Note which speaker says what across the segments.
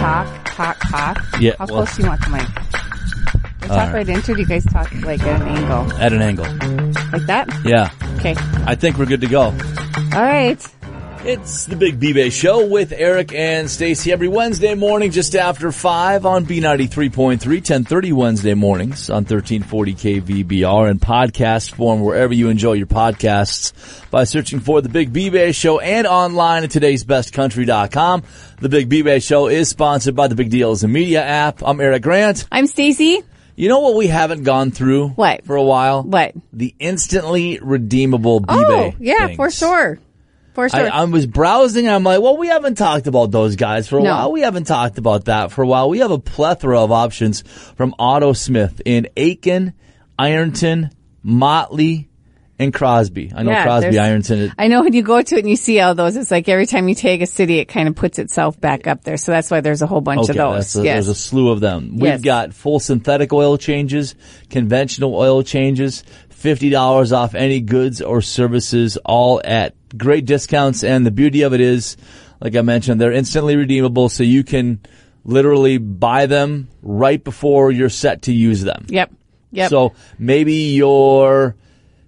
Speaker 1: talk cock?
Speaker 2: Yeah,
Speaker 1: How
Speaker 2: well-
Speaker 1: close do you want the mic? Do you
Speaker 2: All
Speaker 1: talk
Speaker 2: right.
Speaker 1: right into it? or Do you guys talk like at an angle?
Speaker 2: at an angle.
Speaker 1: Like that?
Speaker 2: Yeah,
Speaker 1: Okay.
Speaker 2: I think we're good to go.
Speaker 1: All right.
Speaker 2: It's the Big B-Bay Show with Eric and Stacy every Wednesday morning just after 5 on B93.3, 1030 Wednesday mornings on 1340 KVBR in podcast form wherever you enjoy your podcasts by searching for the Big B-Bay Show and online at today'sbestcountry.com. The Big B-Bay Show is sponsored by the Big Deals and Media app. I'm Eric Grant.
Speaker 1: I'm Stacy.
Speaker 2: You know what we haven't gone through
Speaker 1: What?
Speaker 2: for a while?
Speaker 1: What?
Speaker 2: The instantly redeemable B-Bay
Speaker 1: Oh, yeah, for
Speaker 2: things.
Speaker 1: sure. For sure.
Speaker 2: I, I was browsing and I'm like, well, we haven't talked about those guys for a
Speaker 1: No.
Speaker 2: while. We haven't talked about that for a while. We have a plethora of options from Auto Smith in Aiken, Ironton, Motley, and Crosby. I know
Speaker 1: Yeah,
Speaker 2: Crosby,
Speaker 1: there's-
Speaker 2: Ironton. it-
Speaker 1: I know when you go to it and you see all those, it's like every time you take a city, it kind of puts itself back up there. So that's why there's a whole bunch of
Speaker 2: Okay,
Speaker 1: those.
Speaker 2: that's a,
Speaker 1: yes.
Speaker 2: there's a slew of them. We've
Speaker 1: Yes.
Speaker 2: got full synthetic oil changes, conventional oil changes, $50 off any goods or services, all at great discounts. And the beauty of it is, like I mentioned, they're instantly redeemable, so you can literally buy them right before you're set to use them.
Speaker 1: yep. Yep.
Speaker 2: So maybe your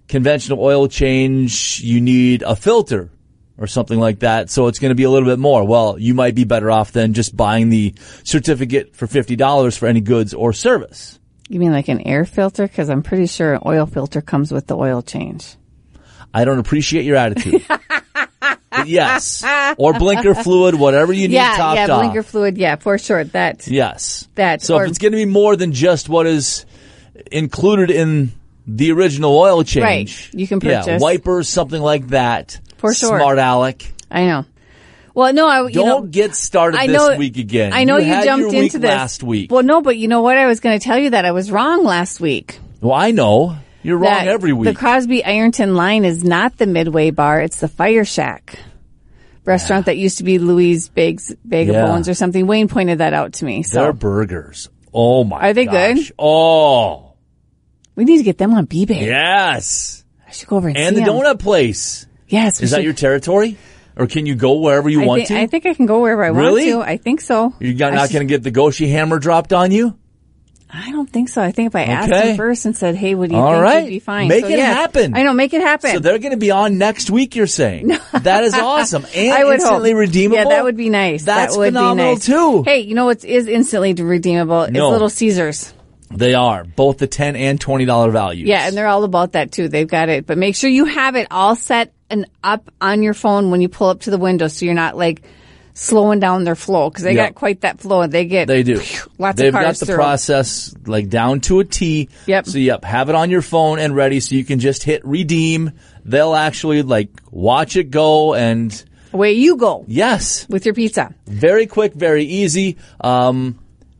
Speaker 2: conventional oil change, you need a filter or something like that. So it's going to be a little bit more. Well, you might be better off than just buying the certificate for $50 for any goods or service.
Speaker 1: you mean like an air filter? Cause I'm pretty sure an oil filter comes with the oil change.
Speaker 2: I don't appreciate your attitude. But yes. Or blinker fluid, whatever you need
Speaker 1: Yeah.
Speaker 2: topped
Speaker 1: Yeah.
Speaker 2: off.
Speaker 1: Blinker fluid. Yeah. For sure. That.
Speaker 2: Yes.
Speaker 1: That
Speaker 2: So
Speaker 1: or-
Speaker 2: if it's going to be more than just what is included in the original oil change,
Speaker 1: Right. You can
Speaker 2: yeah,
Speaker 1: purchase-
Speaker 2: wipers, something like that.
Speaker 1: For sure.
Speaker 2: Smart Alec.
Speaker 1: I know. Well, no, I, you
Speaker 2: Don't
Speaker 1: know,
Speaker 2: get started
Speaker 1: I
Speaker 2: this
Speaker 1: know,
Speaker 2: week again.
Speaker 1: I know you,
Speaker 2: had
Speaker 1: jumped
Speaker 2: your
Speaker 1: into
Speaker 2: week
Speaker 1: this
Speaker 2: last week.
Speaker 1: Well, no, but you know what? I was going to tell you that I was wrong last week.
Speaker 2: Well, I know you're wrong
Speaker 1: That
Speaker 2: every
Speaker 1: The
Speaker 2: week.
Speaker 1: Crosby Ironton line is not the Midway Bar; it's the Fire Shack restaurant that used to be Louise Big's Bag
Speaker 2: Yeah.
Speaker 1: of Bones or something. Wayne pointed that out to me. So
Speaker 2: Their burgers. Oh my!
Speaker 1: Are they good?
Speaker 2: gosh. Oh
Speaker 1: we need to get them on B-Bay.
Speaker 2: yes.
Speaker 1: I should go over and,
Speaker 2: And
Speaker 1: see
Speaker 2: the
Speaker 1: 'em.
Speaker 2: donut place
Speaker 1: Yes, we
Speaker 2: is that
Speaker 1: should-
Speaker 2: your territory, or can you go wherever you
Speaker 1: I
Speaker 2: want
Speaker 1: think,
Speaker 2: to?
Speaker 1: I think I can go wherever I
Speaker 2: Really?
Speaker 1: want to. I think so.
Speaker 2: you're not,
Speaker 1: I
Speaker 2: not
Speaker 1: should-
Speaker 2: going to get the Goshi hammer dropped on you.
Speaker 1: I don't think so. I think if I asked
Speaker 2: Okay.
Speaker 1: him first and said, "Hey, what do you
Speaker 2: All
Speaker 1: think?"
Speaker 2: right.
Speaker 1: He'd be fine.
Speaker 2: Make
Speaker 1: So,
Speaker 2: it
Speaker 1: yeah.
Speaker 2: happen.
Speaker 1: I know. Make it happen.
Speaker 2: So they're going to be on next week. You're saying that is awesome and
Speaker 1: I would
Speaker 2: instantly
Speaker 1: hope.
Speaker 2: redeemable.
Speaker 1: Yeah, that would be nice.
Speaker 2: That's
Speaker 1: that would
Speaker 2: phenomenal
Speaker 1: be nice.
Speaker 2: too.
Speaker 1: Hey, you know what is instantly redeemable? It's
Speaker 2: No.
Speaker 1: Little Caesars.
Speaker 2: They are both the ten and twenty dollar values.
Speaker 1: Yeah, and they're all about that too. They've got it, but make sure you have it all set and up on your phone when you pull up to the window, so you're not like slowing down their flow because they
Speaker 2: Yeah.
Speaker 1: got quite that flow and they get
Speaker 2: They do.
Speaker 1: lots
Speaker 2: They've
Speaker 1: of cars
Speaker 2: got the
Speaker 1: through.
Speaker 2: process like down to a T.
Speaker 1: Yep.
Speaker 2: So yep, have it on your phone and ready, so you can just hit redeem. They'll actually like watch it go, and
Speaker 1: Away you go
Speaker 2: yes,
Speaker 1: with your pizza.
Speaker 2: very quick, very easy. Um,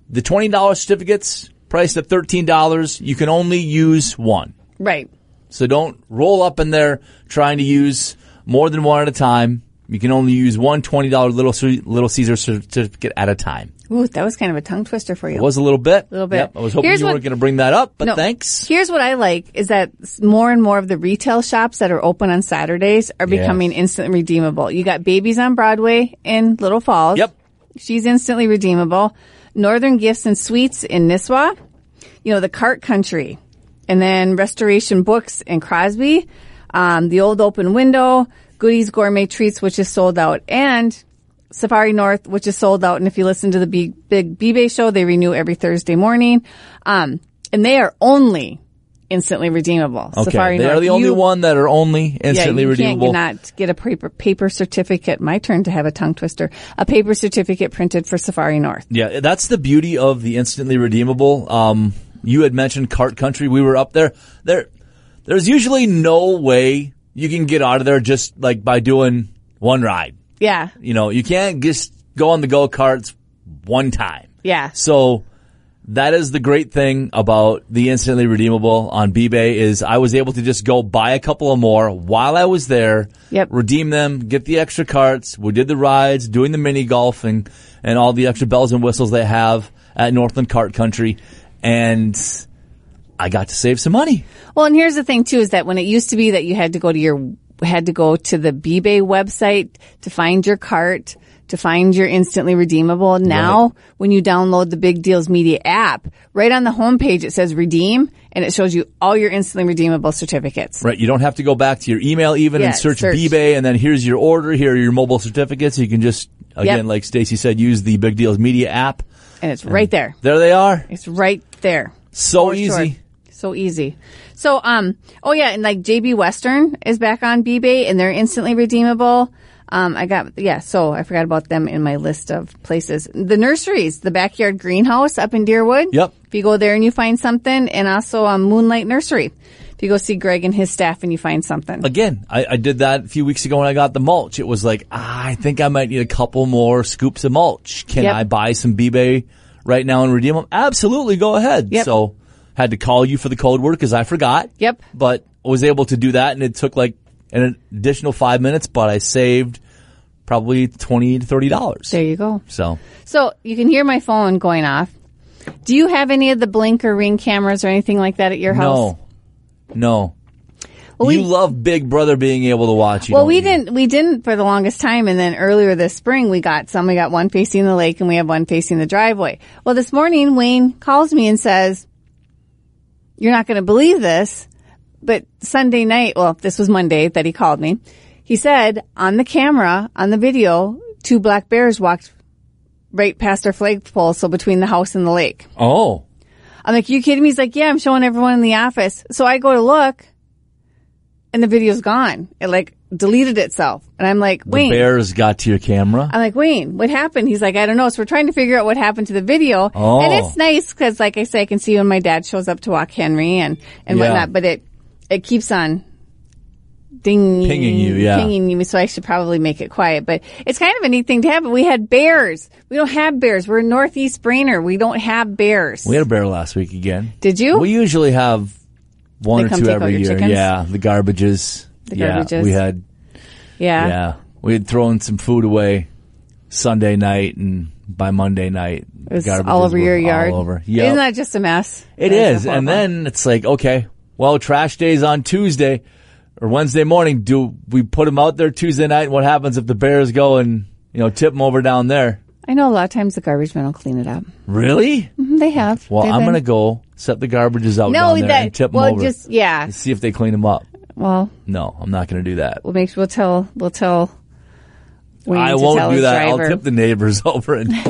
Speaker 2: the twenty dollar certificates priced at thirteen dollars. You can only use one,
Speaker 1: Right.
Speaker 2: so don't roll up in there trying to use more than one at a time. You can only use one $20 Little, Ce- Little Caesar certificate at a time.
Speaker 1: Ooh, that was kind of a tongue twister for
Speaker 2: It
Speaker 1: you.
Speaker 2: was a little bit.
Speaker 1: Little bit.
Speaker 2: Yep, I was hoping
Speaker 1: Here's
Speaker 2: you
Speaker 1: what-
Speaker 2: were going to bring that up, but
Speaker 1: No.
Speaker 2: thanks.
Speaker 1: Here's what I like is that s- more and more of the retail shops that are open on Saturdays are
Speaker 2: Yes.
Speaker 1: becoming instant redeemable. You got Babies on Broadway in Little Falls.
Speaker 2: Yep.
Speaker 1: She's instantly redeemable. Northern Gifts and Sweets in Nisswa. You know, the Cart Country. And then Restoration Books in Crosby. Um, the Old Open Window. Goodies Gourmet Treats, which is sold out. And Safari North, which is sold out. And if you listen to the Big, Big B-Bay show, they renew every Thursday morning. Um, and they are only instantly redeemable.
Speaker 2: Okay,
Speaker 1: Safari
Speaker 2: they
Speaker 1: North.
Speaker 2: are the only
Speaker 1: You-
Speaker 2: one that are only instantly
Speaker 1: yeah, you
Speaker 2: redeemable.
Speaker 1: Can't not get a paper paper certificate. My turn to have a tongue twister. A paper certificate printed for Safari North.
Speaker 2: yeah, that's the beauty of the instantly redeemable. Um, you had mentioned Cart Country. We were up there. There, there's usually no way you can get out of there just like by doing one ride.
Speaker 1: Yeah,
Speaker 2: You know, you can't just go on the go karts one time.
Speaker 1: yeah.
Speaker 2: So that is the great thing about the instantly redeemable on B-Bay is I was able to just go buy a couple of more while I was there,
Speaker 1: Yep.
Speaker 2: redeem them, get the extra carts. We did the rides, doing the mini golf and, and all the extra bells and whistles they have at Northland Cart Country. And I got to save some money.
Speaker 1: Well, and here's the thing too is that when it used to be that you had to go to your had to go to the B-Bay website to find your cart, to find your instantly redeemable. Now, when you download the Big Deals Media app, right on the homepage it says redeem and it shows you all your instantly redeemable certificates.
Speaker 2: Right, you don't have to go back to your email even and
Speaker 1: Yeah,
Speaker 2: search,
Speaker 1: search.
Speaker 2: eBay, and then here's your order. Here are your mobile certificates. You can just again,
Speaker 1: Yep.
Speaker 2: like Stacy said, use the Big Deals Media app.
Speaker 1: And it's right there.
Speaker 2: There they are.
Speaker 1: It's right there.
Speaker 2: So
Speaker 1: For
Speaker 2: easy.
Speaker 1: Oh, sure. So easy. So, um, oh yeah, and like JB Western is back on B-Bay and they're instantly redeemable. Um, I got, yeah, so I forgot about them in my list of places. The nurseries, the backyard greenhouse up in Deerwood.
Speaker 2: Yep.
Speaker 1: If you go there and you find something and also um, Moonlight Nursery. If you go see Greg and his staff and you find something.
Speaker 2: Again, I, I did that a few weeks ago when I got the mulch. It was like, ah, I think I might need a couple more scoops of mulch. Can
Speaker 1: Yep.
Speaker 2: I buy some B-Bay right now and redeem them? Absolutely, go ahead.
Speaker 1: Yep.
Speaker 2: So had to call you for the code word because I forgot.
Speaker 1: Yep.
Speaker 2: But was able to do that and it took like an additional five minutes, but I saved probably 20 to $30.
Speaker 1: there you go.
Speaker 2: So
Speaker 1: So you can hear my phone going off. Do you have any of the blink or ring cameras or anything like that at your house?
Speaker 2: no, no.
Speaker 1: Well,
Speaker 2: you
Speaker 1: we-
Speaker 2: love Big Brother being able to watch you.
Speaker 1: Well,
Speaker 2: don't
Speaker 1: we
Speaker 2: you?
Speaker 1: didn't. We didn't for the longest time, and then earlier this spring, we got some. We got one facing the lake, and we have one facing the driveway. Well, this morning, Wayne calls me and says, "You're not going to believe this, but Sunday night. Well, this was Monday that he called me. He said on the camera, on the video, two black bears walked right past our flagpole, so between the house and the lake."
Speaker 2: Oh,
Speaker 1: I'm like, you kidding me? He's like, yeah, I'm showing everyone in the office. So I go to look and the video's gone. It like deleted itself. And I'm like,
Speaker 2: the
Speaker 1: Wayne.
Speaker 2: Bears got to your camera.
Speaker 1: I'm like, Wayne, what happened? He's like, I don't know. So we're trying to figure out what happened to the video.
Speaker 2: Oh.
Speaker 1: And it's nice because like I say, I can see when my dad shows up to walk Henry and, and
Speaker 2: Yeah.
Speaker 1: whatnot, but it, it keeps on ding,
Speaker 2: Pinging you, yeah.
Speaker 1: pinging you. So I should probably make it quiet, but it's kind of a neat thing to have. But we had bears. We don't have bears. We're in Northeast Brainerd. We don't have bears.
Speaker 2: We had a bear last week again.
Speaker 1: Did you?
Speaker 2: We usually have one
Speaker 1: They
Speaker 2: or
Speaker 1: come
Speaker 2: two
Speaker 1: take out
Speaker 2: every
Speaker 1: your
Speaker 2: year.
Speaker 1: chickens?
Speaker 2: Yeah, the garbages. The Yeah,
Speaker 1: garbages.
Speaker 2: we had. Yeah, we had thrown some food away Sunday night, and by Monday night,
Speaker 1: It was
Speaker 2: the garbages
Speaker 1: all over
Speaker 2: were
Speaker 1: your yard.
Speaker 2: All over.
Speaker 1: Isn't
Speaker 2: Yeah,
Speaker 1: that just a mess?
Speaker 2: it is. And then it's like, okay, well, trash day's on Tuesday or Wednesday morning. Do we put them out there Tuesday night? What happens if the bears go and you know tip them over down there?
Speaker 1: I know a lot of times the garbage men will clean it up.
Speaker 2: Really?
Speaker 1: Mhm, They have.
Speaker 2: Well,
Speaker 1: They've
Speaker 2: I'm
Speaker 1: been-
Speaker 2: gonna go set the garbages out
Speaker 1: No,
Speaker 2: down there
Speaker 1: that
Speaker 2: and tip them
Speaker 1: well,
Speaker 2: over.
Speaker 1: just yeah.
Speaker 2: and see if they clean them up.
Speaker 1: Well,
Speaker 2: No, I'm not going to do that.
Speaker 1: we'll make. We'll tell. We'll tell. Wayne
Speaker 2: I
Speaker 1: to tell
Speaker 2: won't do
Speaker 1: his
Speaker 2: that.
Speaker 1: Driver.
Speaker 2: I'll tip the neighbors over and.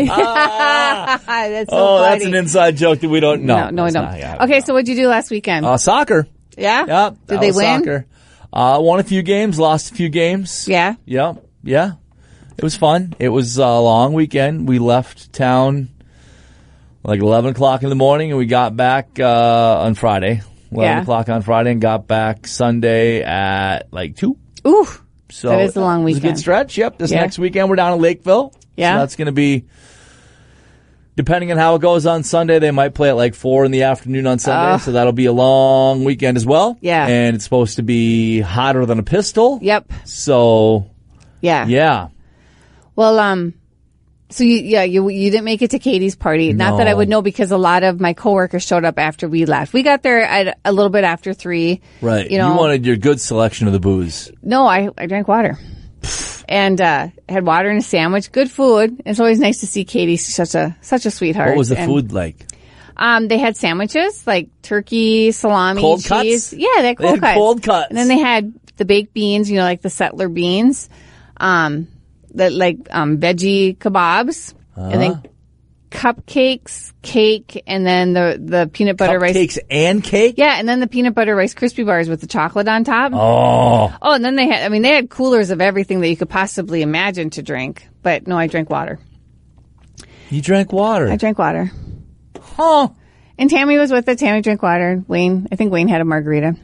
Speaker 1: that's so
Speaker 2: oh,
Speaker 1: funny.
Speaker 2: that's an inside joke that we don't know.
Speaker 1: no, no, I
Speaker 2: it's
Speaker 1: don't.
Speaker 2: not. Yeah.
Speaker 1: okay, so what'd you do last weekend?
Speaker 2: Uh, soccer.
Speaker 1: yeah.
Speaker 2: Yeah.
Speaker 1: Did
Speaker 2: that
Speaker 1: they
Speaker 2: was
Speaker 1: win?
Speaker 2: Soccer. Uh, won a few games, lost a few games.
Speaker 1: Yeah.
Speaker 2: Yeah. Yeah. It was fun. It was a long weekend. We left town like 11 o'clock in the morning and we got back uh, on Friday. 11
Speaker 1: Yeah.
Speaker 2: o'clock on Friday and got back Sunday at like 2.
Speaker 1: Ooh.
Speaker 2: So
Speaker 1: That is a long
Speaker 2: it was a
Speaker 1: weekend.
Speaker 2: good stretch. Yep. This
Speaker 1: Yeah.
Speaker 2: next weekend we're down in Lakeville.
Speaker 1: Yeah.
Speaker 2: So that's going to be depending on how it goes on Sunday. They might play at like four in the afternoon on Sunday, so that'll be a long weekend as well.
Speaker 1: Ah. Yeah.
Speaker 2: And it's supposed to be hotter than a pistol.
Speaker 1: Yep.
Speaker 2: So
Speaker 1: Yeah.
Speaker 2: yeah,
Speaker 1: Well, um, so you, yeah, you, you didn't make it to Katie's party. Not that I
Speaker 2: No.
Speaker 1: would know because a lot of my coworkers showed up after we left. We got there at a little bit after three.
Speaker 2: right.
Speaker 1: You know,
Speaker 2: wanted your good selection of the booze.
Speaker 1: no, I, I drank water and, uh, had water and a sandwich. Good food. It's always nice to see Katie. She's such a, such a sweetheart.
Speaker 2: What was the
Speaker 1: And,
Speaker 2: food like?
Speaker 1: Um, they had sandwiches like turkey, salami,
Speaker 2: Cold cuts?
Speaker 1: cheese. Yeah, they had
Speaker 2: They
Speaker 1: cold
Speaker 2: had
Speaker 1: cuts.
Speaker 2: cold cuts.
Speaker 1: And then they had the baked beans, you know, like the settler beans, um, that like um, veggie kebabs, and then cupcakes, cake, and then the the peanut butter rice.
Speaker 2: Cupcakes and cake.
Speaker 1: Yeah, and then the peanut butter rice crispy bars with the chocolate on top.
Speaker 2: Oh,
Speaker 1: Oh, and then they had, I mean, they had coolers of everything that you could possibly imagine to drink. But no, I drank water.
Speaker 2: you drank water.
Speaker 1: I drank water.
Speaker 2: huh.
Speaker 1: And Tammy was with it. Tammy drank water. Wayne, I think Wayne had a margarita.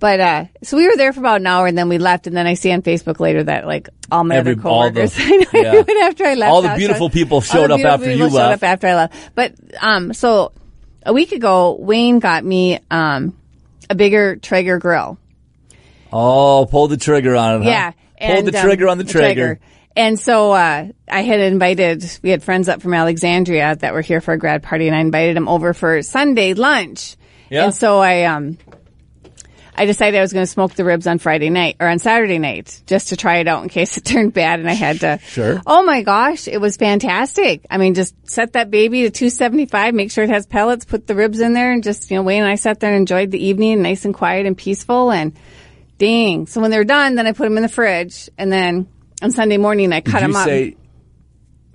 Speaker 1: But uh, so we were there for about an hour, and then we left. And then I see on Facebook later that like all my
Speaker 2: Every-
Speaker 1: other
Speaker 2: all the-
Speaker 1: coworkers, I know
Speaker 2: yeah.
Speaker 1: everyone after I left,
Speaker 2: All the
Speaker 1: I was
Speaker 2: beautiful
Speaker 1: like-
Speaker 2: people
Speaker 1: all
Speaker 2: showed
Speaker 1: the
Speaker 2: up
Speaker 1: beautiful
Speaker 2: after you
Speaker 1: people showed
Speaker 2: left.
Speaker 1: up after I left. But um, so a week ago, Wayne got me um a bigger Traeger grill.
Speaker 2: Oh, pull the trigger on it. huh?
Speaker 1: Yeah.
Speaker 2: Pull Uh-huh. the
Speaker 1: um,
Speaker 2: trigger on the trigger.
Speaker 1: And so uh, I had invited, we had friends up from Alexandria that were here for a grad party, and I invited them over for Sunday lunch.
Speaker 2: Yeah.
Speaker 1: And so I, um, I decided I was going to smoke the ribs on Friday night or on Saturday night just to try it out in case it turned bad and I had to.
Speaker 2: Sure.
Speaker 1: Oh my gosh, it was fantastic. I mean, just set that baby to 275, make sure it has pellets, put the ribs in there and just, you know, Wayne and I sat there and enjoyed the evening nice and quiet and peaceful and dang. So when they're done, then I put them in the fridge and then on Sunday morning I cut
Speaker 2: Did
Speaker 1: them
Speaker 2: you
Speaker 1: up.
Speaker 2: say?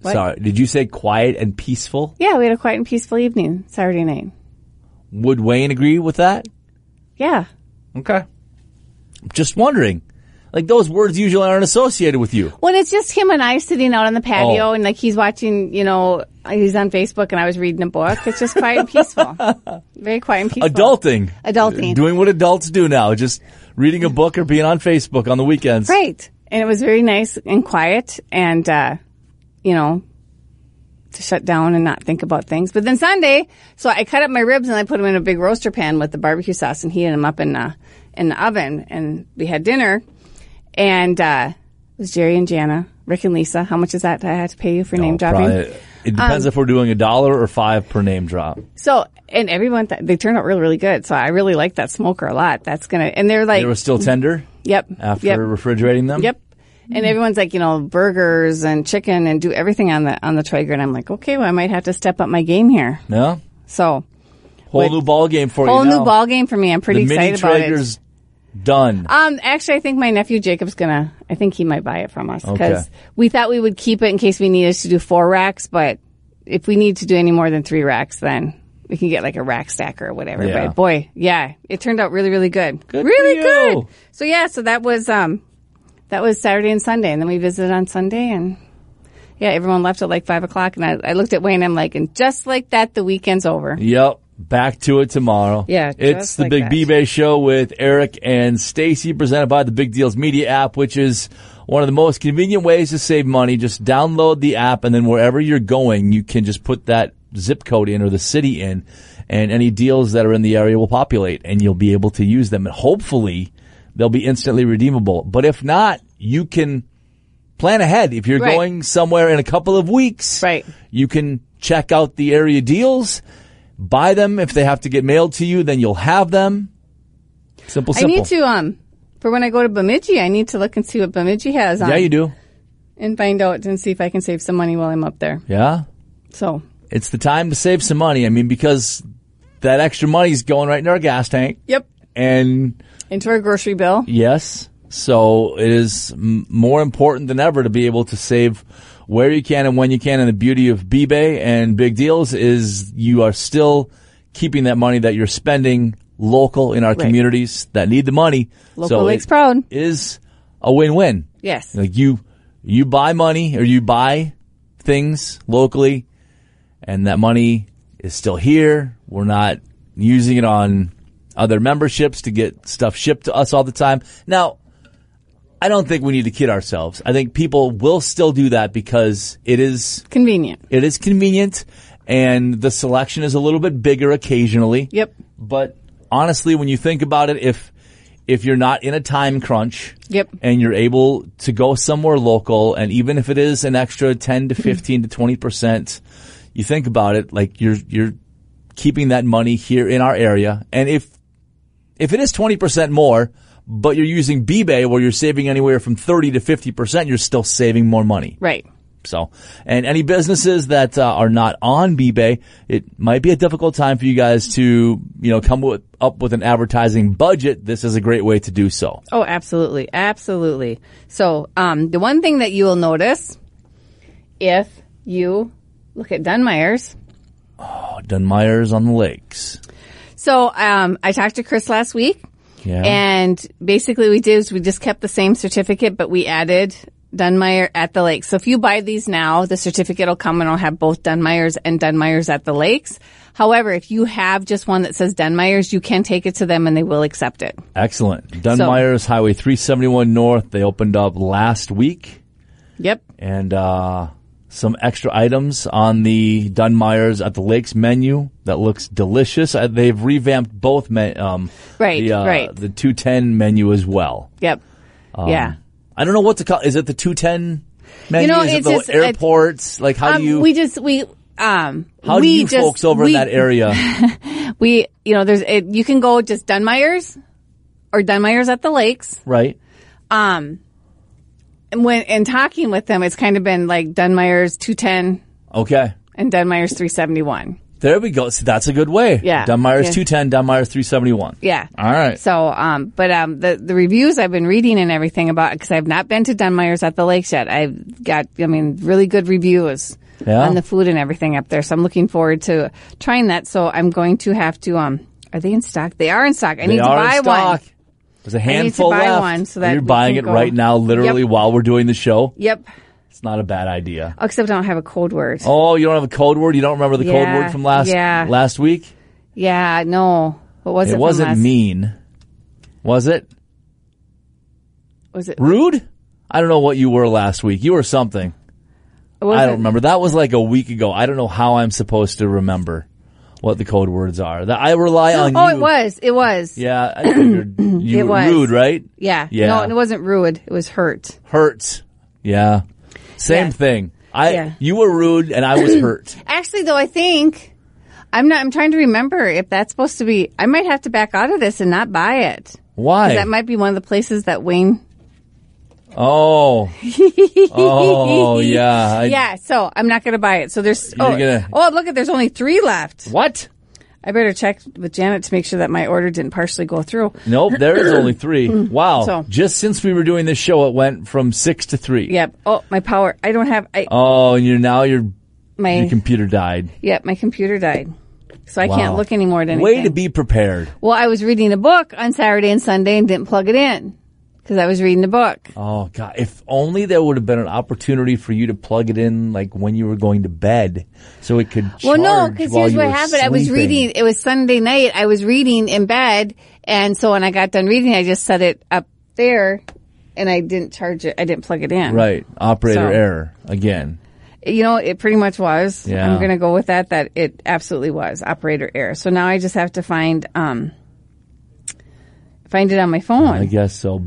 Speaker 1: What?
Speaker 2: Sorry, did you say quiet and peaceful?
Speaker 1: yeah, we had a quiet and peaceful evening Saturday night.
Speaker 2: Would Wayne agree with that?
Speaker 1: Yeah.
Speaker 2: Okay. Just wondering. Like those words usually aren't associated with you.
Speaker 1: When it's just him and I sitting out on the patio
Speaker 2: Oh.
Speaker 1: and like he's watching, you know, he's on Facebook and I was reading a book. It's just quiet and peaceful. Very quiet and peaceful.
Speaker 2: Adulting.
Speaker 1: Adulting.
Speaker 2: Doing what adults do now, just reading a book or being on Facebook on the weekends.
Speaker 1: Right. And it was very nice and quiet and, uh, you know, to shut down and not think about things. But then Sunday, so I cut up my ribs and I put them in a big roaster pan with the barbecue sauce and heated them up in, uh, in the oven. And we had dinner. And uh, it was Jerry and Jana, Rick and Lisa. How much is that I had to pay you for name
Speaker 2: Oh,
Speaker 1: dropping? Um,
Speaker 2: probably- it depends if we're doing a dollar or five per name drop.
Speaker 1: So, and everyone, th- they turned out really, really good. So I really like that smoker a lot. That's going to, and they're like,
Speaker 2: They were still tender
Speaker 1: yep.
Speaker 2: after
Speaker 1: Mm. yep.
Speaker 2: refrigerating them.
Speaker 1: Yep. And everyone's like, you know, burgers and chicken and do everything on the on the Traeger, and I'm like, okay, well, I might have to step up my game here.
Speaker 2: No,
Speaker 1: So
Speaker 2: whole
Speaker 1: Wait.
Speaker 2: new ball game for
Speaker 1: whole
Speaker 2: you.
Speaker 1: new
Speaker 2: now.
Speaker 1: ball game for me. I'm pretty
Speaker 2: The mini
Speaker 1: excited about it.
Speaker 2: Traeger's done.
Speaker 1: Um, actually, I think my nephew Jacob's gonna. I think he might buy it from us
Speaker 2: Okay.
Speaker 1: because we thought we would keep it in case we needed to do four racks, but if we need to do any more than three racks, then we can get like a rack stacker or whatever.
Speaker 2: Yeah.
Speaker 1: But boy, yeah, it turned out really, really good.
Speaker 2: Good for
Speaker 1: really
Speaker 2: you.
Speaker 1: good. So yeah, so that was um, that was Saturday and Sunday, and then we visited on Sunday, and yeah, everyone left at like five o'clock, and I, I looked at Wayne, I'm like, and just like that, the weekend's over.
Speaker 2: Yep. Back to it tomorrow.
Speaker 1: Yeah,
Speaker 2: It's
Speaker 1: just
Speaker 2: the
Speaker 1: like
Speaker 2: Big
Speaker 1: that.
Speaker 2: B-Bay Show with Eric and Stacy presented by the Big Deals Media app, which is one of the most convenient ways to save money. Just download the app and then wherever you're going, you can just put that zip code in or the city in and any deals that are in the area will populate and you'll be able to use them. And hopefully they'll be instantly redeemable. But if not, you can plan ahead. If you're
Speaker 1: Right.
Speaker 2: going somewhere in a couple of weeks,
Speaker 1: Right.
Speaker 2: you can check out the area deals, buy them. If they have to get mailed to you, then you'll have them. Simple,
Speaker 1: I
Speaker 2: simple.
Speaker 1: need to um, for when I go to Bemidji, I need to look and see what Bemidji has on.
Speaker 2: Yeah, you do.
Speaker 1: and find out and see if I can save some money while I'm up there.
Speaker 2: Yeah.
Speaker 1: So,
Speaker 2: It's the time to save some money. I mean, because that extra money is going right in our gas tank.
Speaker 1: yep,
Speaker 2: And
Speaker 1: into our grocery bill.
Speaker 2: yes, so it is m- more important than ever to be able to save where you can and when you can. And the beauty of B-Bay and big deals is you are still keeping that money that you're spending local in our communities that need the money.
Speaker 1: Local
Speaker 2: so
Speaker 1: Lakes
Speaker 2: it-
Speaker 1: proud.
Speaker 2: is a win-win.
Speaker 1: Yes.
Speaker 2: Like you, you buy money or you buy things locally, and that money is still here. We're not using it on other memberships to get stuff shipped to us all the time. Now, I don't think we need to kid ourselves. I think people will still do that because it is
Speaker 1: Convenient.
Speaker 2: it is convenient, and the selection is a little bit bigger occasionally.
Speaker 1: Yep.
Speaker 2: But honestly, when you think about it, if if you're not in a time crunch,
Speaker 1: Yep.
Speaker 2: and you're able to go somewhere local, and even if it is an extra ten to fifteen to twenty percent, you think about it, like you're you're keeping that money here in our area, and if if it is twenty percent more. But you're using B-Bay where you're saving anywhere from 30 to 50%, you're still saving more money.
Speaker 1: Right.
Speaker 2: So, and any businesses that uh, are not on B-Bay, it might be a difficult time for you guys to, you know, come with, up with an advertising budget. This is a great way to do so.
Speaker 1: Oh, absolutely. Absolutely. So, um, the one thing that you will notice if you look at Dunmire's.
Speaker 2: Oh, Dunmire's on the lakes.
Speaker 1: So, um, I talked to Chris last week
Speaker 2: Yeah.
Speaker 1: and basically we did is we just kept the same certificate, but we added Dunmire at the lake. So if you buy these now, the certificate will come and it'll have both Dunmires and Dunmires at the lakes. However, if you have just one that says Dunmires, you can take it to them and they will accept it.
Speaker 2: Excellent. Dunmire's Highway 371 North. They opened up last week
Speaker 1: Yep.
Speaker 2: and, uh, some extra items on the Dunmire's at the Lakes menu that looks delicious. Uh, they've revamped both, me- um,
Speaker 1: Right,
Speaker 2: the, uh,
Speaker 1: right.
Speaker 2: the um, 210 menu as well.
Speaker 1: Yep. yeah.
Speaker 2: I don't know what to call. Is it the two ten menu?
Speaker 1: know,
Speaker 2: is it
Speaker 1: it's
Speaker 2: the
Speaker 1: just- it's-
Speaker 2: airports? like how
Speaker 1: Um,
Speaker 2: do you
Speaker 1: we just we um
Speaker 2: how do
Speaker 1: we
Speaker 2: you
Speaker 1: just,
Speaker 2: folks over
Speaker 1: we,
Speaker 2: in that area?
Speaker 1: We you know there's it, you can go just Dunmires or Dunmeyer's at the lakes.
Speaker 2: right?
Speaker 1: Um, And when and talking with them, it's kind of been like Dunmeyer's two ten
Speaker 2: Okay.
Speaker 1: and Dunmeyer's three seventy one.
Speaker 2: There we go. See, that's a good way.
Speaker 1: Yeah.
Speaker 2: Dunmire's
Speaker 1: Yeah.
Speaker 2: 210, Dunmire's 371.
Speaker 1: Yeah.
Speaker 2: All right.
Speaker 1: So, um, but um, the the reviews I've been reading and everything about because I've not been to Dunmire's at the lakes yet. I've got, I mean, really good reviews
Speaker 2: Yeah.
Speaker 1: on the food and everything up there. So I'm looking forward to trying that. So I'm going to have to. Um, are they in stock? They are in stock. I
Speaker 2: They
Speaker 1: need to
Speaker 2: are
Speaker 1: buy
Speaker 2: in stock.
Speaker 1: one.
Speaker 2: There's a handful
Speaker 1: buy
Speaker 2: left.
Speaker 1: one so that
Speaker 2: You're
Speaker 1: we
Speaker 2: buying
Speaker 1: can
Speaker 2: it
Speaker 1: go-
Speaker 2: right now, literally
Speaker 1: Yep.
Speaker 2: while we're doing the show.
Speaker 1: Yep.
Speaker 2: It's not a bad idea.
Speaker 1: Oh, except I don't have a code word.
Speaker 2: Oh, you don't have a code word. You don't remember the
Speaker 1: Yeah,
Speaker 2: code word from last
Speaker 1: yeah.
Speaker 2: last week.
Speaker 1: Yeah. No. What was it?
Speaker 2: It
Speaker 1: from
Speaker 2: wasn't
Speaker 1: last-
Speaker 2: mean, was it?
Speaker 1: Was it?
Speaker 2: Rude? I don't know what you were last week. You were something.
Speaker 1: was
Speaker 2: I
Speaker 1: it-
Speaker 2: don't remember. That was like a week ago. I don't know how I'm supposed to remember what the code words are. That I rely on
Speaker 1: Oh,
Speaker 2: you.
Speaker 1: it was. It was. Yeah.
Speaker 2: Yeah, I figured you
Speaker 1: It
Speaker 2: were
Speaker 1: was.
Speaker 2: rude, right?
Speaker 1: Yeah.
Speaker 2: Yeah.
Speaker 1: No, it wasn't rude. It was hurt.
Speaker 2: Hurt. Yeah. Same
Speaker 1: Yeah.
Speaker 2: thing. I
Speaker 1: Yeah.
Speaker 2: you were rude and I was hurt.
Speaker 1: Actually, though, I think I'm not. I'm trying to remember if that's supposed to be. I might have to back out of this and not buy it.
Speaker 2: Why?
Speaker 1: That might be one of the places that Wayne.
Speaker 2: oh. oh yeah. I-
Speaker 1: yeah, so I'm not going to buy it. So there's. Oh,
Speaker 2: You're gonna-
Speaker 1: oh, look at. There's only three left.
Speaker 2: What?
Speaker 1: I better check with Janet to make sure that my order didn't partially go through.
Speaker 2: Nope, there is only three. Wow.
Speaker 1: So-
Speaker 2: Just since we were doing this show it went from six to three.
Speaker 1: Yep. Oh, my power. I don't have. I
Speaker 2: Oh, and you're now your
Speaker 1: my.
Speaker 2: your computer died.
Speaker 1: yep, my computer died, so I can't
Speaker 2: Wow.
Speaker 1: look anymore at anything.
Speaker 2: Way to be prepared.
Speaker 1: well, I was reading a book on Saturday and Sunday and didn't plug it in because I was reading a book.
Speaker 2: Oh God! If only there would have been an opportunity for you to plug it in, like when you were going to bed, so it could.
Speaker 1: Well, no,
Speaker 2: charge
Speaker 1: because
Speaker 2: while
Speaker 1: here's
Speaker 2: you
Speaker 1: what
Speaker 2: were
Speaker 1: happened. I was
Speaker 2: sleeping.
Speaker 1: reading. It was Sunday night. I was reading in bed, and so when I got done reading, I just set it up there, and I didn't charge it. I didn't plug it in.
Speaker 2: Right, operator
Speaker 1: So-
Speaker 2: error again.
Speaker 1: You know, it pretty much was.
Speaker 2: Yeah.
Speaker 1: I'm going to go with that. That it absolutely was operator error. So now I just have to find um find it on my
Speaker 2: I
Speaker 1: phone.
Speaker 2: guess so.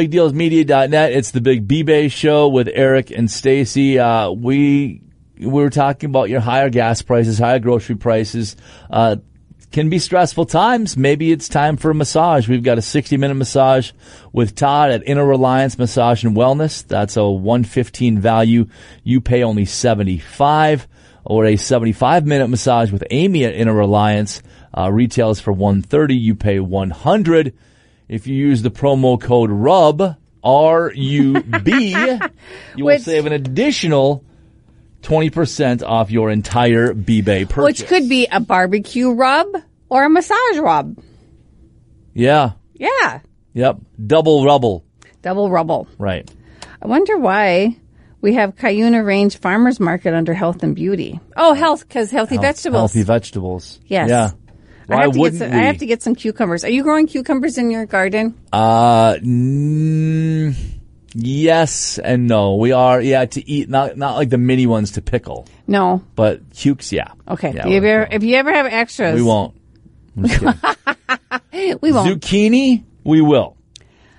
Speaker 2: bbay.bigdealsmedia.net. It's the Big bbay Show with Eric and Stacy. Uh, we we were talking about your higher gas prices, higher grocery prices. Uh, can be stressful times. Maybe it's time for a massage. We've got a 60 minute massage with Todd at Inner Reliance Massage and Wellness. That's a 115 value. You pay only 75 or a 75 minute massage with Amy at Inner Reliance. Uh, retails for 130. You pay 100 if you use the promo code RUB, R U B, you will
Speaker 1: Which-
Speaker 2: save an additional 20% off your entire B-Bay purchase.
Speaker 1: Which could be a barbecue rub or a massage rub.
Speaker 2: Yeah.
Speaker 1: Yeah,
Speaker 2: Yep. Double rubble.
Speaker 1: double rubble.
Speaker 2: Right.
Speaker 1: I wonder why we have Cuyuna Range Farmers Market under health and beauty. Oh, health because healthy vegetables.
Speaker 2: Healthy vegetables.
Speaker 1: Yes.
Speaker 2: Yeah. Why
Speaker 1: I have to
Speaker 2: wouldn't
Speaker 1: get some,
Speaker 2: we?
Speaker 1: I have to get some cucumbers. Are you growing cucumbers in your garden?
Speaker 2: Uh, mm, yes and no. We are, yeah, to eat, not, not like the mini ones to pickle,
Speaker 1: No.
Speaker 2: but cukes, yeah.
Speaker 1: Okay.
Speaker 2: Yeah,
Speaker 1: if, you
Speaker 2: we-
Speaker 1: ever, if you ever have extras,
Speaker 2: we won't. I'm just kidding.
Speaker 1: We won't.
Speaker 2: Zucchini, we will.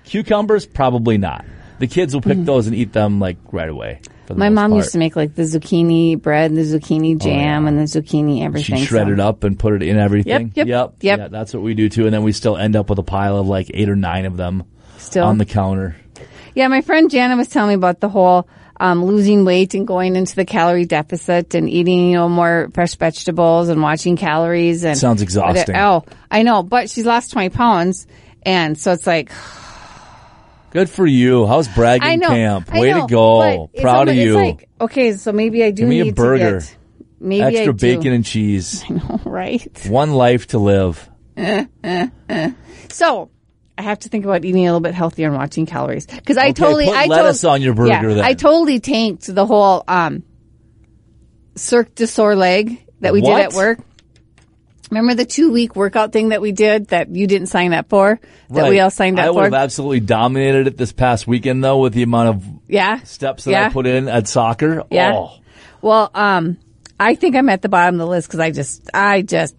Speaker 2: Cucumbers, probably not. The kids will pick those and eat them like right away. for the
Speaker 1: Mm-hmm. My
Speaker 2: most
Speaker 1: mom
Speaker 2: part. Oh,
Speaker 1: used to make like the zucchini bread, and the zucchini jam, and the zucchini everything.
Speaker 2: She
Speaker 1: so-
Speaker 2: shredded up and put it in everything.
Speaker 1: Yep, yep, yep.
Speaker 2: Yeah, that's what we do too. And then we still end up with a pile of like eight or nine of them
Speaker 1: Still.
Speaker 2: on the counter.
Speaker 1: Yeah, my friend Jana was telling me about the whole um, losing weight and going into the calorie deficit and eating, you know, more fresh vegetables and watching calories. And
Speaker 2: Sounds exhausting.
Speaker 1: oh, I know, but she's lost twenty pounds, and so it's like
Speaker 2: Good for you. How's bragging
Speaker 1: I know.
Speaker 2: camp?
Speaker 1: I
Speaker 2: Way
Speaker 1: know,
Speaker 2: to go.
Speaker 1: but it's
Speaker 2: Proud
Speaker 1: almo-
Speaker 2: of
Speaker 1: it's
Speaker 2: you.
Speaker 1: like, okay, so maybe I do
Speaker 2: Give me a
Speaker 1: need
Speaker 2: burger.
Speaker 1: To get, maybe I
Speaker 2: Extra
Speaker 1: do.
Speaker 2: bacon and cheese.
Speaker 1: right?
Speaker 2: One life to live.
Speaker 1: So. I have to think about eating a little bit healthier and watching calories because I totally
Speaker 2: put
Speaker 1: I
Speaker 2: lettuce
Speaker 1: tot-
Speaker 2: on your burger
Speaker 1: yeah,
Speaker 2: then.
Speaker 1: I totally tanked the whole um, Cirque du Soleil that we
Speaker 2: What?
Speaker 1: did at work. Remember the two week workout thing that we did that you didn't sign up for that we
Speaker 2: Right.
Speaker 1: all signed
Speaker 2: I
Speaker 1: up
Speaker 2: would
Speaker 1: for?
Speaker 2: have absolutely dominated it this past weekend though with the amount of
Speaker 1: yeah,
Speaker 2: steps that
Speaker 1: yeah.
Speaker 2: I put in at soccer.
Speaker 1: Yeah.
Speaker 2: Oh,
Speaker 1: Well, um, I think I'm at the bottom of the list because I just, I just,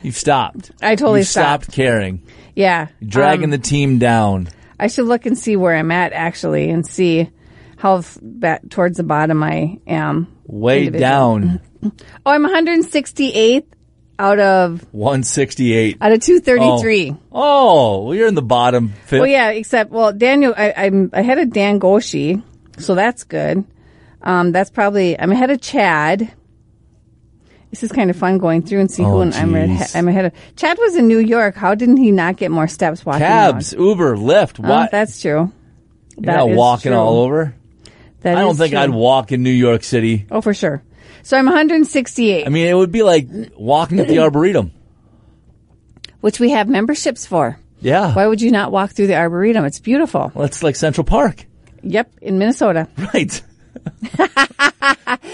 Speaker 2: you've stopped.
Speaker 1: I totally Um,
Speaker 2: You've stopped. caring.
Speaker 1: yeah, Uh,
Speaker 2: Dragging the team down.
Speaker 1: I should look and see where I'm at actually and see how f- that towards the bottom I am.
Speaker 2: Way
Speaker 1: individual.
Speaker 2: down.
Speaker 1: Oh, I'm 168th out of
Speaker 2: 168.
Speaker 1: out of 233.
Speaker 2: Oh, well, you're in the bottom fifth.
Speaker 1: Well, yeah, except well, Daniel, I, I'm ahead of Dan Goshi, so that's good. Um, that's probably I'm ahead of Chad. This is kind of fun going through and see who
Speaker 2: Oh,
Speaker 1: and I'm, ahead,
Speaker 2: geez.
Speaker 1: I'm ahead of. Chad was in New York. How didn't he not get more steps walking?
Speaker 2: Cabs, Uber, Lyft.
Speaker 1: around? Oh,
Speaker 2: Why?
Speaker 1: that's true.
Speaker 2: you're not
Speaker 1: is
Speaker 2: walking
Speaker 1: true.
Speaker 2: all over.
Speaker 1: That
Speaker 2: I
Speaker 1: is
Speaker 2: don't think
Speaker 1: true.
Speaker 2: I'd walk in New York City.
Speaker 1: Oh, for sure. So I'm 168,
Speaker 2: I mean, it would be like walking at the Arboretum.
Speaker 1: which we have memberships for.
Speaker 2: Yeah.
Speaker 1: Why would you not walk through the arboretum? It's beautiful.
Speaker 2: Well, it's like Central Park.
Speaker 1: Yep, in Minnesota.
Speaker 2: Right.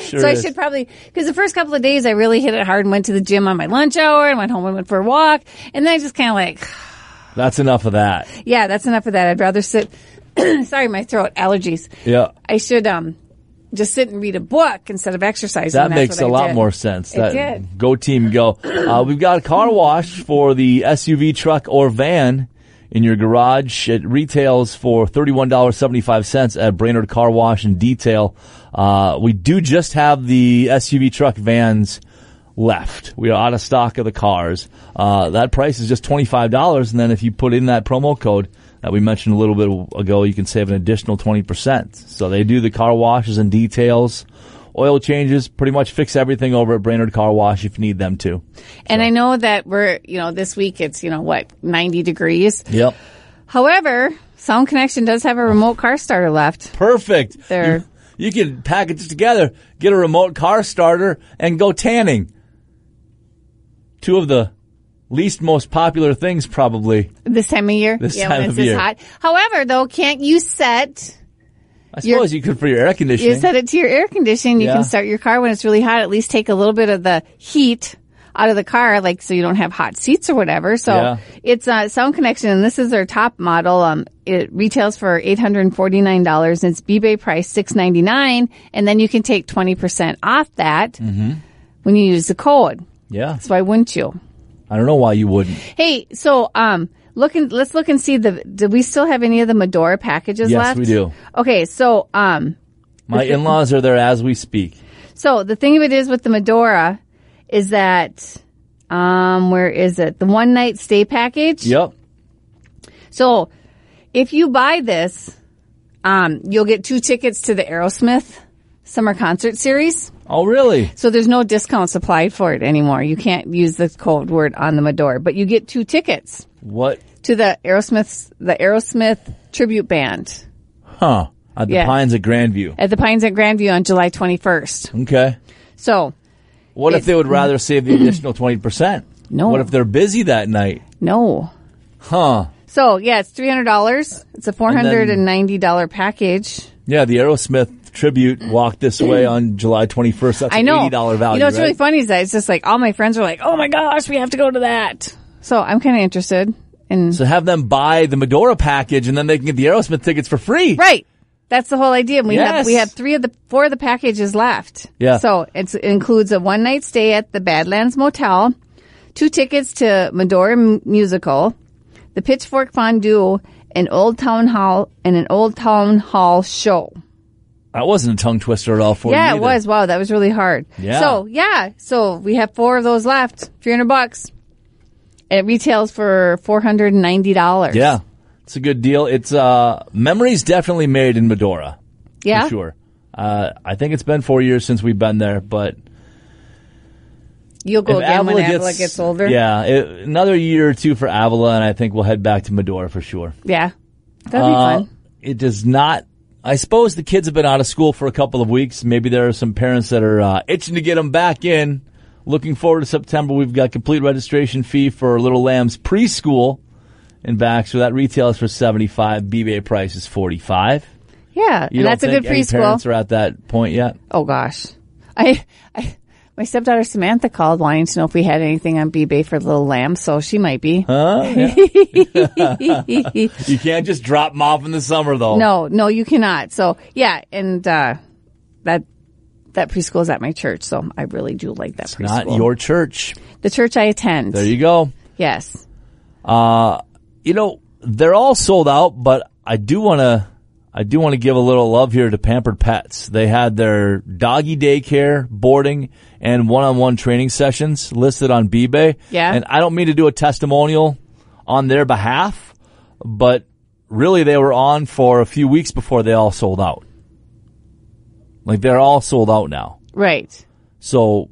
Speaker 2: Sure
Speaker 1: So I
Speaker 2: is.
Speaker 1: should probably because the first couple of days I really hit it hard and went to the gym on my lunch hour and went home and went for a walk and then I just kind of like
Speaker 2: That's enough of that.
Speaker 1: yeah that's enough of that I'd rather sit sorry my throat allergies
Speaker 2: Yeah.
Speaker 1: I should um just sit and read a book instead of exercising
Speaker 2: That
Speaker 1: and that's
Speaker 2: makes
Speaker 1: what
Speaker 2: a
Speaker 1: I
Speaker 2: lot
Speaker 1: did.
Speaker 2: more sense. That,
Speaker 1: did.
Speaker 2: Go team, go. Uh, we've got a car wash for the SUV, truck, or van in your garage. It retails for $31.75 at Brainerd Car Wash and Detail. Uh, we do just have the SUV, truck, vans left. We are out of stock of the cars. Uh, that price is just $25. And then if you put in that promo code, that we mentioned a little bit ago, you can save an additional 20%. So they do the car washes and details oil changes, pretty much fix everything over at Brainerd Car Wash if you need them to.
Speaker 1: and I know that we're you know this week it's you know what 90 degrees
Speaker 2: Yep.
Speaker 1: however Sound Connection does have a remote car starter left
Speaker 2: Perfect.
Speaker 1: There.
Speaker 2: You, you can package it together, get a remote car starter, and go tanning. Two of the least most popular things probably.
Speaker 1: this time of year
Speaker 2: This
Speaker 1: yeah
Speaker 2: time
Speaker 1: when it's
Speaker 2: of
Speaker 1: this
Speaker 2: year.
Speaker 1: hot however though can't you set
Speaker 2: I
Speaker 1: Your-
Speaker 2: suppose you could for your air conditioning.
Speaker 1: You set it to your air conditioning. You
Speaker 2: Yeah.
Speaker 1: can start your car when it's really hot. At least take a little bit of the heat out of the car, like so you don't have hot seats or whatever. So
Speaker 2: Yeah.
Speaker 1: it's uh, Sound Connection, and this is their top model. Um, it retails for eight hundred and forty nine dollars, and it's eBay price six ninety nine, and then you can take twenty percent off that
Speaker 2: Mm-hmm.
Speaker 1: when you use the code.
Speaker 2: yeah.
Speaker 1: So why wouldn't you?
Speaker 2: I don't know why you wouldn't.
Speaker 1: Hey, so um, look and let's look and see the. Do we still have any of the Medora packages
Speaker 2: Yes,
Speaker 1: left?
Speaker 2: we do.
Speaker 1: Okay, so um,
Speaker 2: My in-laws are there as we speak.
Speaker 1: So the thing of it is with the Medora is that um where is it? The one night stay package.
Speaker 2: Yep.
Speaker 1: So if you buy this, um, you'll get two tickets to the Aerosmith summer concert series.
Speaker 2: Oh, really?
Speaker 1: So there's no discounts applied for it anymore. You can't use the code word on the Medora, but you get two tickets
Speaker 2: What?
Speaker 1: to the Aerosmith's the Aerosmith tribute band
Speaker 2: Huh. At the
Speaker 1: Yeah.
Speaker 2: Pines at Grandview.
Speaker 1: at the Pines at Grandview on July 21st.
Speaker 2: Okay.
Speaker 1: So
Speaker 2: What if they would rather save the additional 20%?
Speaker 1: No.
Speaker 2: What if they're busy that night?
Speaker 1: no,
Speaker 2: Huh.
Speaker 1: So yeah, it's three hundred dollars. It's a four hundred and ninety dollar package.
Speaker 2: Yeah, the Aerosmith tribute walked this way on July 21st. That's
Speaker 1: I know.
Speaker 2: an $80 value,
Speaker 1: You know what's
Speaker 2: right?
Speaker 1: really funny is that it's just like all my friends were like, "Oh my gosh, we have to go to that." So I'm kind of interested. And
Speaker 2: So have them buy the Medora package and then they can get the Aerosmith tickets for free.
Speaker 1: right, that's the whole idea. And we have
Speaker 2: Yes.
Speaker 1: we have three of the four of the packages left.
Speaker 2: Yeah.
Speaker 1: So it's, it includes a one night stay at the Badlands Motel, two tickets to Medora M- Musical, the Pitchfork Fondue, an Old Town Hall, and an Old Town Hall show.
Speaker 2: That wasn't a tongue twister at all for
Speaker 1: Yeah,
Speaker 2: you.
Speaker 1: it
Speaker 2: either.
Speaker 1: was. Wow, that was really hard.
Speaker 2: Yeah.
Speaker 1: So yeah, so we have four of those left. Three hundred bucks. It retails for four hundred and ninety dollars.
Speaker 2: Yeah. It's a good deal. It's, uh, memories definitely made in Medora.
Speaker 1: yeah.
Speaker 2: For sure. Uh, I think it's been four years since we've been there, but
Speaker 1: You'll go
Speaker 2: if
Speaker 1: again
Speaker 2: Avila,
Speaker 1: when
Speaker 2: gets,
Speaker 1: Avila gets, older.
Speaker 2: Yeah. It, another year or two for Avila and I think we'll head back to Medora for sure.
Speaker 1: Yeah. That'd be
Speaker 2: Uh,
Speaker 1: fun.
Speaker 2: It does not. I suppose the kids have been out of school for a couple of weeks. Maybe there are some parents that are uh, itching to get them back in. Looking forward to September. We've got complete registration fee for Little Lambs preschool in Baxter. That retails for seventy five. BBA price is forty five.
Speaker 1: Yeah. And that's a good
Speaker 2: Any
Speaker 1: preschool.
Speaker 2: parents are at that point yet.
Speaker 1: oh gosh. I, I my stepdaughter Samantha called wanting to know if we had anything on B-Bay for Little Lamb, so she might be.
Speaker 2: You can't just drop them off in the summer though.
Speaker 1: No, no, you cannot. So yeah, and uh, that that preschool is at my church, so I really do like that preschool.
Speaker 2: Not your church.
Speaker 1: the church I attend.
Speaker 2: There you go.
Speaker 1: yes,
Speaker 2: you know, they're all sold out, but I do want to, I I do want to give a little love here to Pampered Pets. They had their doggy daycare, boarding, and one-on-one training sessions listed on B-Bay.
Speaker 1: Yeah.
Speaker 2: And I don't mean to do a testimonial on their behalf, but really they were on for a few weeks before they all sold out. Like they're all sold out now.
Speaker 1: Right.
Speaker 2: So,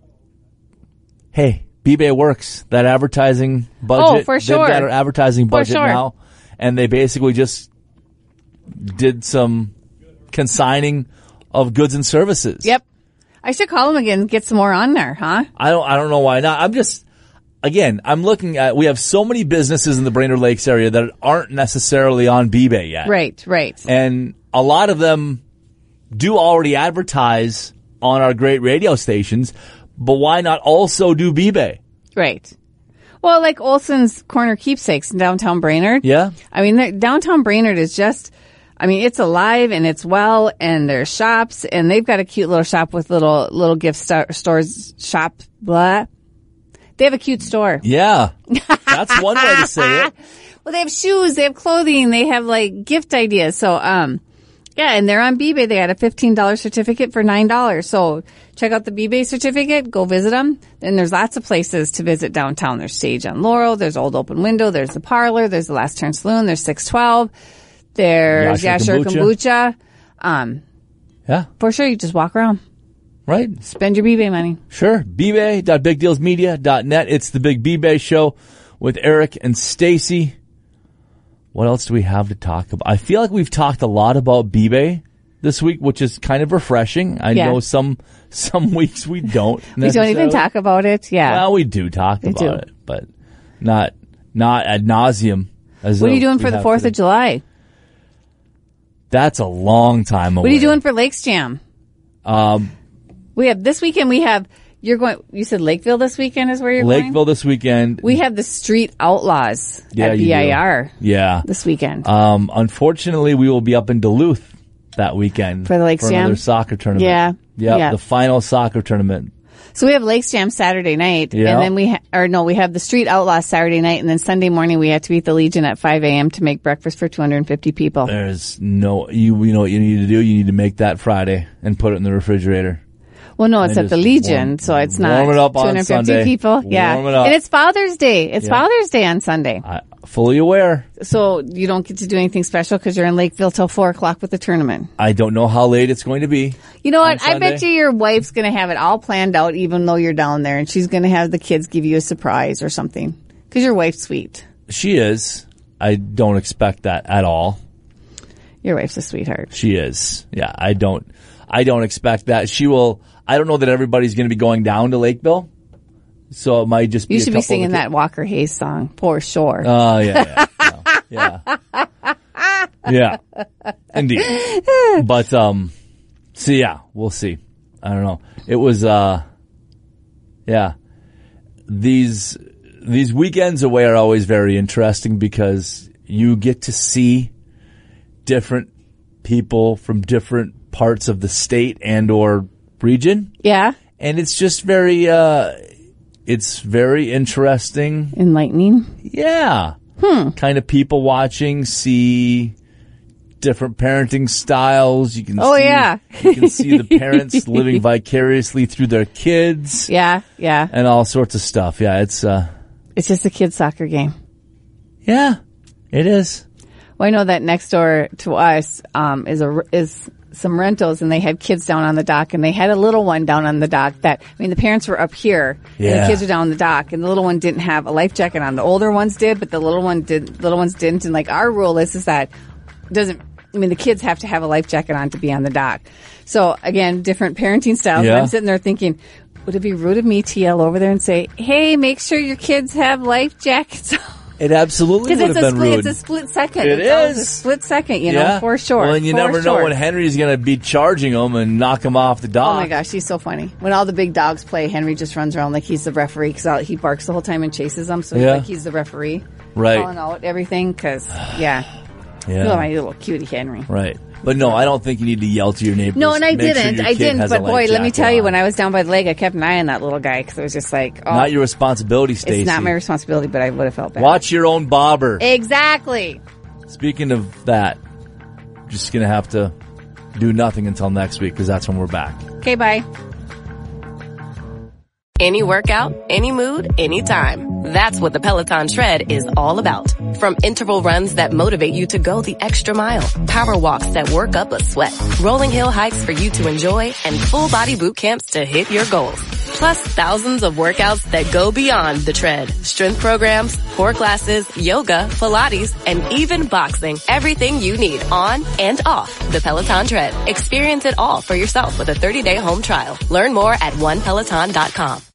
Speaker 2: hey, B-Bay works. That advertising budget.
Speaker 1: Oh, for
Speaker 2: They've
Speaker 1: sure.
Speaker 2: got an advertising budget
Speaker 1: sure.
Speaker 2: now. And they basically just did some consigning of goods and services.
Speaker 1: Yep. I should call them again. and Get some more on there, huh?
Speaker 2: I don't, I don't know why not. I'm just, again, I'm looking at, we have so many businesses in the Brainerd Lakes area that aren't necessarily on B-Bay yet.
Speaker 1: Right. Right.
Speaker 2: And a lot of them do already advertise on our great radio stations, but why not also do B-Bay?
Speaker 1: Right. Well, like Olson's Corner Keepsakes in downtown Brainerd.
Speaker 2: Yeah.
Speaker 1: I mean, the- downtown Brainerd is just, I mean, it's alive and it's well, and there's shops, and they've got a cute little shop with little, little gift sto- stores, shop, blah. They have a cute store.
Speaker 2: Yeah. That's one way to say it.
Speaker 1: Well, they have shoes, they have clothing, they have like gift ideas. So, um, yeah, and they're on B-Bay. They got a $15 certificate for $9. So check out the B-Bay certificate. Go visit them. And there's lots of places to visit downtown. There's Stage on Laurel. There's Old Open Window. There's the Parlor. There's the Last Turn Saloon. There's 612. There's
Speaker 2: Yasher
Speaker 1: Yasher
Speaker 2: Kombucha.
Speaker 1: Kombucha. Um,
Speaker 2: Yeah.
Speaker 1: for sure, you just walk around.
Speaker 2: Right.
Speaker 1: Spend your B-Bay money.
Speaker 2: Sure. bbay.bigdealsmedia.net. It's the Big B-Bay show with Eric and Stacy. What else do we have to talk about? I feel like we've talked a lot about B-Bay this week, which is kind of refreshing. I
Speaker 1: Yeah.
Speaker 2: know some some weeks we don't.
Speaker 1: We don't even talk about it. Yeah.
Speaker 2: Well, we do talk about
Speaker 1: do.
Speaker 2: it, but not not ad nauseum.
Speaker 1: what are you doing for the 4th of July?
Speaker 2: That's a long time away.
Speaker 1: What are you doing for Lakes Jam?
Speaker 2: Um,
Speaker 1: We have this weekend. We have you're going. You said Lakeville this weekend is where you're going.
Speaker 2: Lakeville this weekend.
Speaker 1: We have the Street Outlaws
Speaker 2: Yeah,
Speaker 1: at
Speaker 2: you do.
Speaker 1: BIR
Speaker 2: yeah.
Speaker 1: this weekend.
Speaker 2: Um, unfortunately, we will be up in Duluth that weekend
Speaker 1: For the Lakes Jam?
Speaker 2: another soccer tournament.
Speaker 1: Yeah.
Speaker 2: Yep,
Speaker 1: Yeah.
Speaker 2: the final soccer tournament.
Speaker 1: so we have Lakes Jam Saturday night,
Speaker 2: Yeah.
Speaker 1: and then we ha- or no, we have the Street Outlaws Saturday night, and then Sunday morning we have to be at the Legion at 5 a.m. to make breakfast for 250 people.
Speaker 2: There's no you. You know what you need to do. You need to make that Friday and put it in the refrigerator.
Speaker 1: Well, no, it's
Speaker 2: And
Speaker 1: at the
Speaker 2: just
Speaker 1: Legion,
Speaker 2: warm-
Speaker 1: so it's
Speaker 2: warm
Speaker 1: not
Speaker 2: it up on
Speaker 1: 250
Speaker 2: Sunday.
Speaker 1: people. Yeah,
Speaker 2: Warm it up.
Speaker 1: and it's Father's Day. It's
Speaker 2: Yeah.
Speaker 1: Father's Day on Sunday,
Speaker 2: I fully aware.
Speaker 1: so you don't get to do anything special because you're in Lakeville till four o'clock with the tournament.
Speaker 2: I don't know how late it's going to be.
Speaker 1: You know what?
Speaker 2: on
Speaker 1: I bet you
Speaker 2: Sunday?
Speaker 1: your wife's going to have it all planned out, even though you're down there, and she's going to have the kids give you a surprise or something. Because your wife's sweet.
Speaker 2: She is. I don't expect that at all.
Speaker 1: Your wife's a sweetheart.
Speaker 2: She is. Yeah, I don't. I don't expect that. She will. I don't know that everybody's going to be going down to Lakeville, so it might just be.
Speaker 1: You
Speaker 2: a
Speaker 1: should
Speaker 2: couple
Speaker 1: be
Speaker 2: of the
Speaker 1: singing
Speaker 2: kids.
Speaker 1: that Walker Hayes song, for sure.
Speaker 2: Oh yeah, yeah, yeah, yeah, Yeah. indeed. But um, so yeah, we'll see. I don't know. It was uh, yeah, these these weekends away are always very interesting because you get to see different people from different parts of the state and or region,
Speaker 1: yeah?
Speaker 2: and it's just very uh, it's very interesting
Speaker 1: Enlightening.
Speaker 2: yeah.
Speaker 1: Hmm.
Speaker 2: Kind of people watching, see different parenting styles. You can
Speaker 1: Oh,
Speaker 2: see,
Speaker 1: yeah.
Speaker 2: you can see the parents living vicariously through their kids
Speaker 1: Yeah, yeah.
Speaker 2: and all sorts of stuff. Yeah, it's uh
Speaker 1: It's just a kids' soccer game.
Speaker 2: yeah. It is.
Speaker 1: Well, I know that next door to us um, is a is some rentals, and they had kids down on the dock, and they had a little one down on the dock. That I mean, the parents were up here, and
Speaker 2: Yeah.
Speaker 1: the kids were down on the dock, and the little one didn't have a life jacket on. The older ones did, but the little one did. Little ones didn't. And like our rule is, is that doesn't. I mean, the kids have to have a life jacket on to be on the dock. So again, different parenting styles. And
Speaker 2: Yeah.
Speaker 1: I'm sitting there thinking. Would it be rude of me to yell over there and say, "Hey, make sure your kids have life jackets on"?
Speaker 2: It absolutely would
Speaker 1: Because it's
Speaker 2: have
Speaker 1: a
Speaker 2: been
Speaker 1: split.
Speaker 2: rude.
Speaker 1: It's a split second.
Speaker 2: It
Speaker 1: it's always a
Speaker 2: is.
Speaker 1: split second. You know,
Speaker 2: yeah,
Speaker 1: for sure.
Speaker 2: Well, and you
Speaker 1: for
Speaker 2: never know
Speaker 1: sure.
Speaker 2: when Henry's going to be charging them and knock them off the
Speaker 1: Oh
Speaker 2: dock.
Speaker 1: my gosh, he's so funny. When all the big dogs play, Henry just runs around like he's the referee because he barks the whole time and chases them. So he's
Speaker 2: Yeah.
Speaker 1: like he's the referee,
Speaker 2: Right.
Speaker 1: Calling out everything because yeah,
Speaker 2: Yeah.
Speaker 1: oh my little cutie Henry.
Speaker 2: Right. But no, I don't think you need to yell to your neighbors.
Speaker 1: No, and I
Speaker 2: Make sure
Speaker 1: didn't.
Speaker 2: your
Speaker 1: I
Speaker 2: kid
Speaker 1: didn't.
Speaker 2: has a
Speaker 1: But
Speaker 2: life
Speaker 1: boy, let me
Speaker 2: jacket
Speaker 1: tell you,
Speaker 2: on.
Speaker 1: when I was down by the lake, I kept an eye on that little guy because it was just like, oh,
Speaker 2: not your responsibility, Stacy.
Speaker 1: it's not my responsibility, but I would have felt bad.
Speaker 2: Watch your own bobber.
Speaker 1: Exactly.
Speaker 2: Speaking of that, just going to have to do nothing until next week because that's when we're back.
Speaker 1: Okay, bye.
Speaker 3: Any workout, any mood, any time. That's what the Peloton Tread is all about. From interval runs that motivate you to go the extra mile, power walks that work up a sweat, rolling hill hikes for you to enjoy, and full body boot camps to hit your goals. Plus thousands of workouts that go beyond the tread. Strength programs, core classes, yoga, Pilates, and even boxing. Everything you need on and off the Peloton Tread. Experience it all for yourself with a 30-day home trial. Learn more at onepeloton.com.